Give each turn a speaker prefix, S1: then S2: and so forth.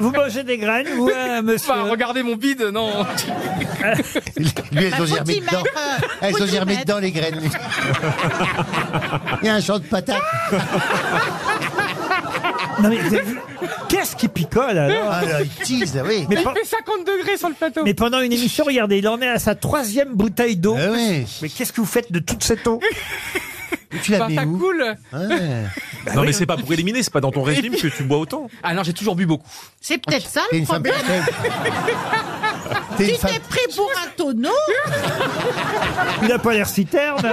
S1: Vous mangez des graines, vous, hein, monsieur
S2: Bah,
S3: Enfin, regardez mon bide, non.
S4: Lui, elles ont
S5: Bah, faut
S4: germé
S5: t'y
S4: dedans.
S5: mettre, euh, faut
S4: Elles ont
S5: t'y
S4: germé
S5: mettre.
S4: dedans, les graines. Il y a un champ de patates.
S5: Ah.
S1: Non, mais vous avez vu Qu'est-ce qui picole alors
S4: Ah là, ils teasent, là, oui.
S1: mais,
S3: Il
S1: pen-
S3: fait 50 degrés sur le plateau.
S1: mais pendant une émission, regardez, il en est à sa troisième bouteille d'eau.
S4: Ah ouais.
S1: Mais qu'est-ce que vous faites de toute cette eau
S4: Tu la
S3: Bah,
S4: mets
S3: ça
S4: où
S3: coule.
S4: Ouais.
S2: Non, mais c'est pas pour éliminer, c'est pas dans ton régime que tu bois autant.
S3: Ah non, j'ai toujours bu beaucoup.
S5: C'est peut-être ça
S4: T'es
S5: le
S4: une femme
S5: problème.
S4: parfaite. T'es une
S5: Tu
S4: femme
S5: t'es pris pour un tonneau
S1: Il n'a pas l'air si terne.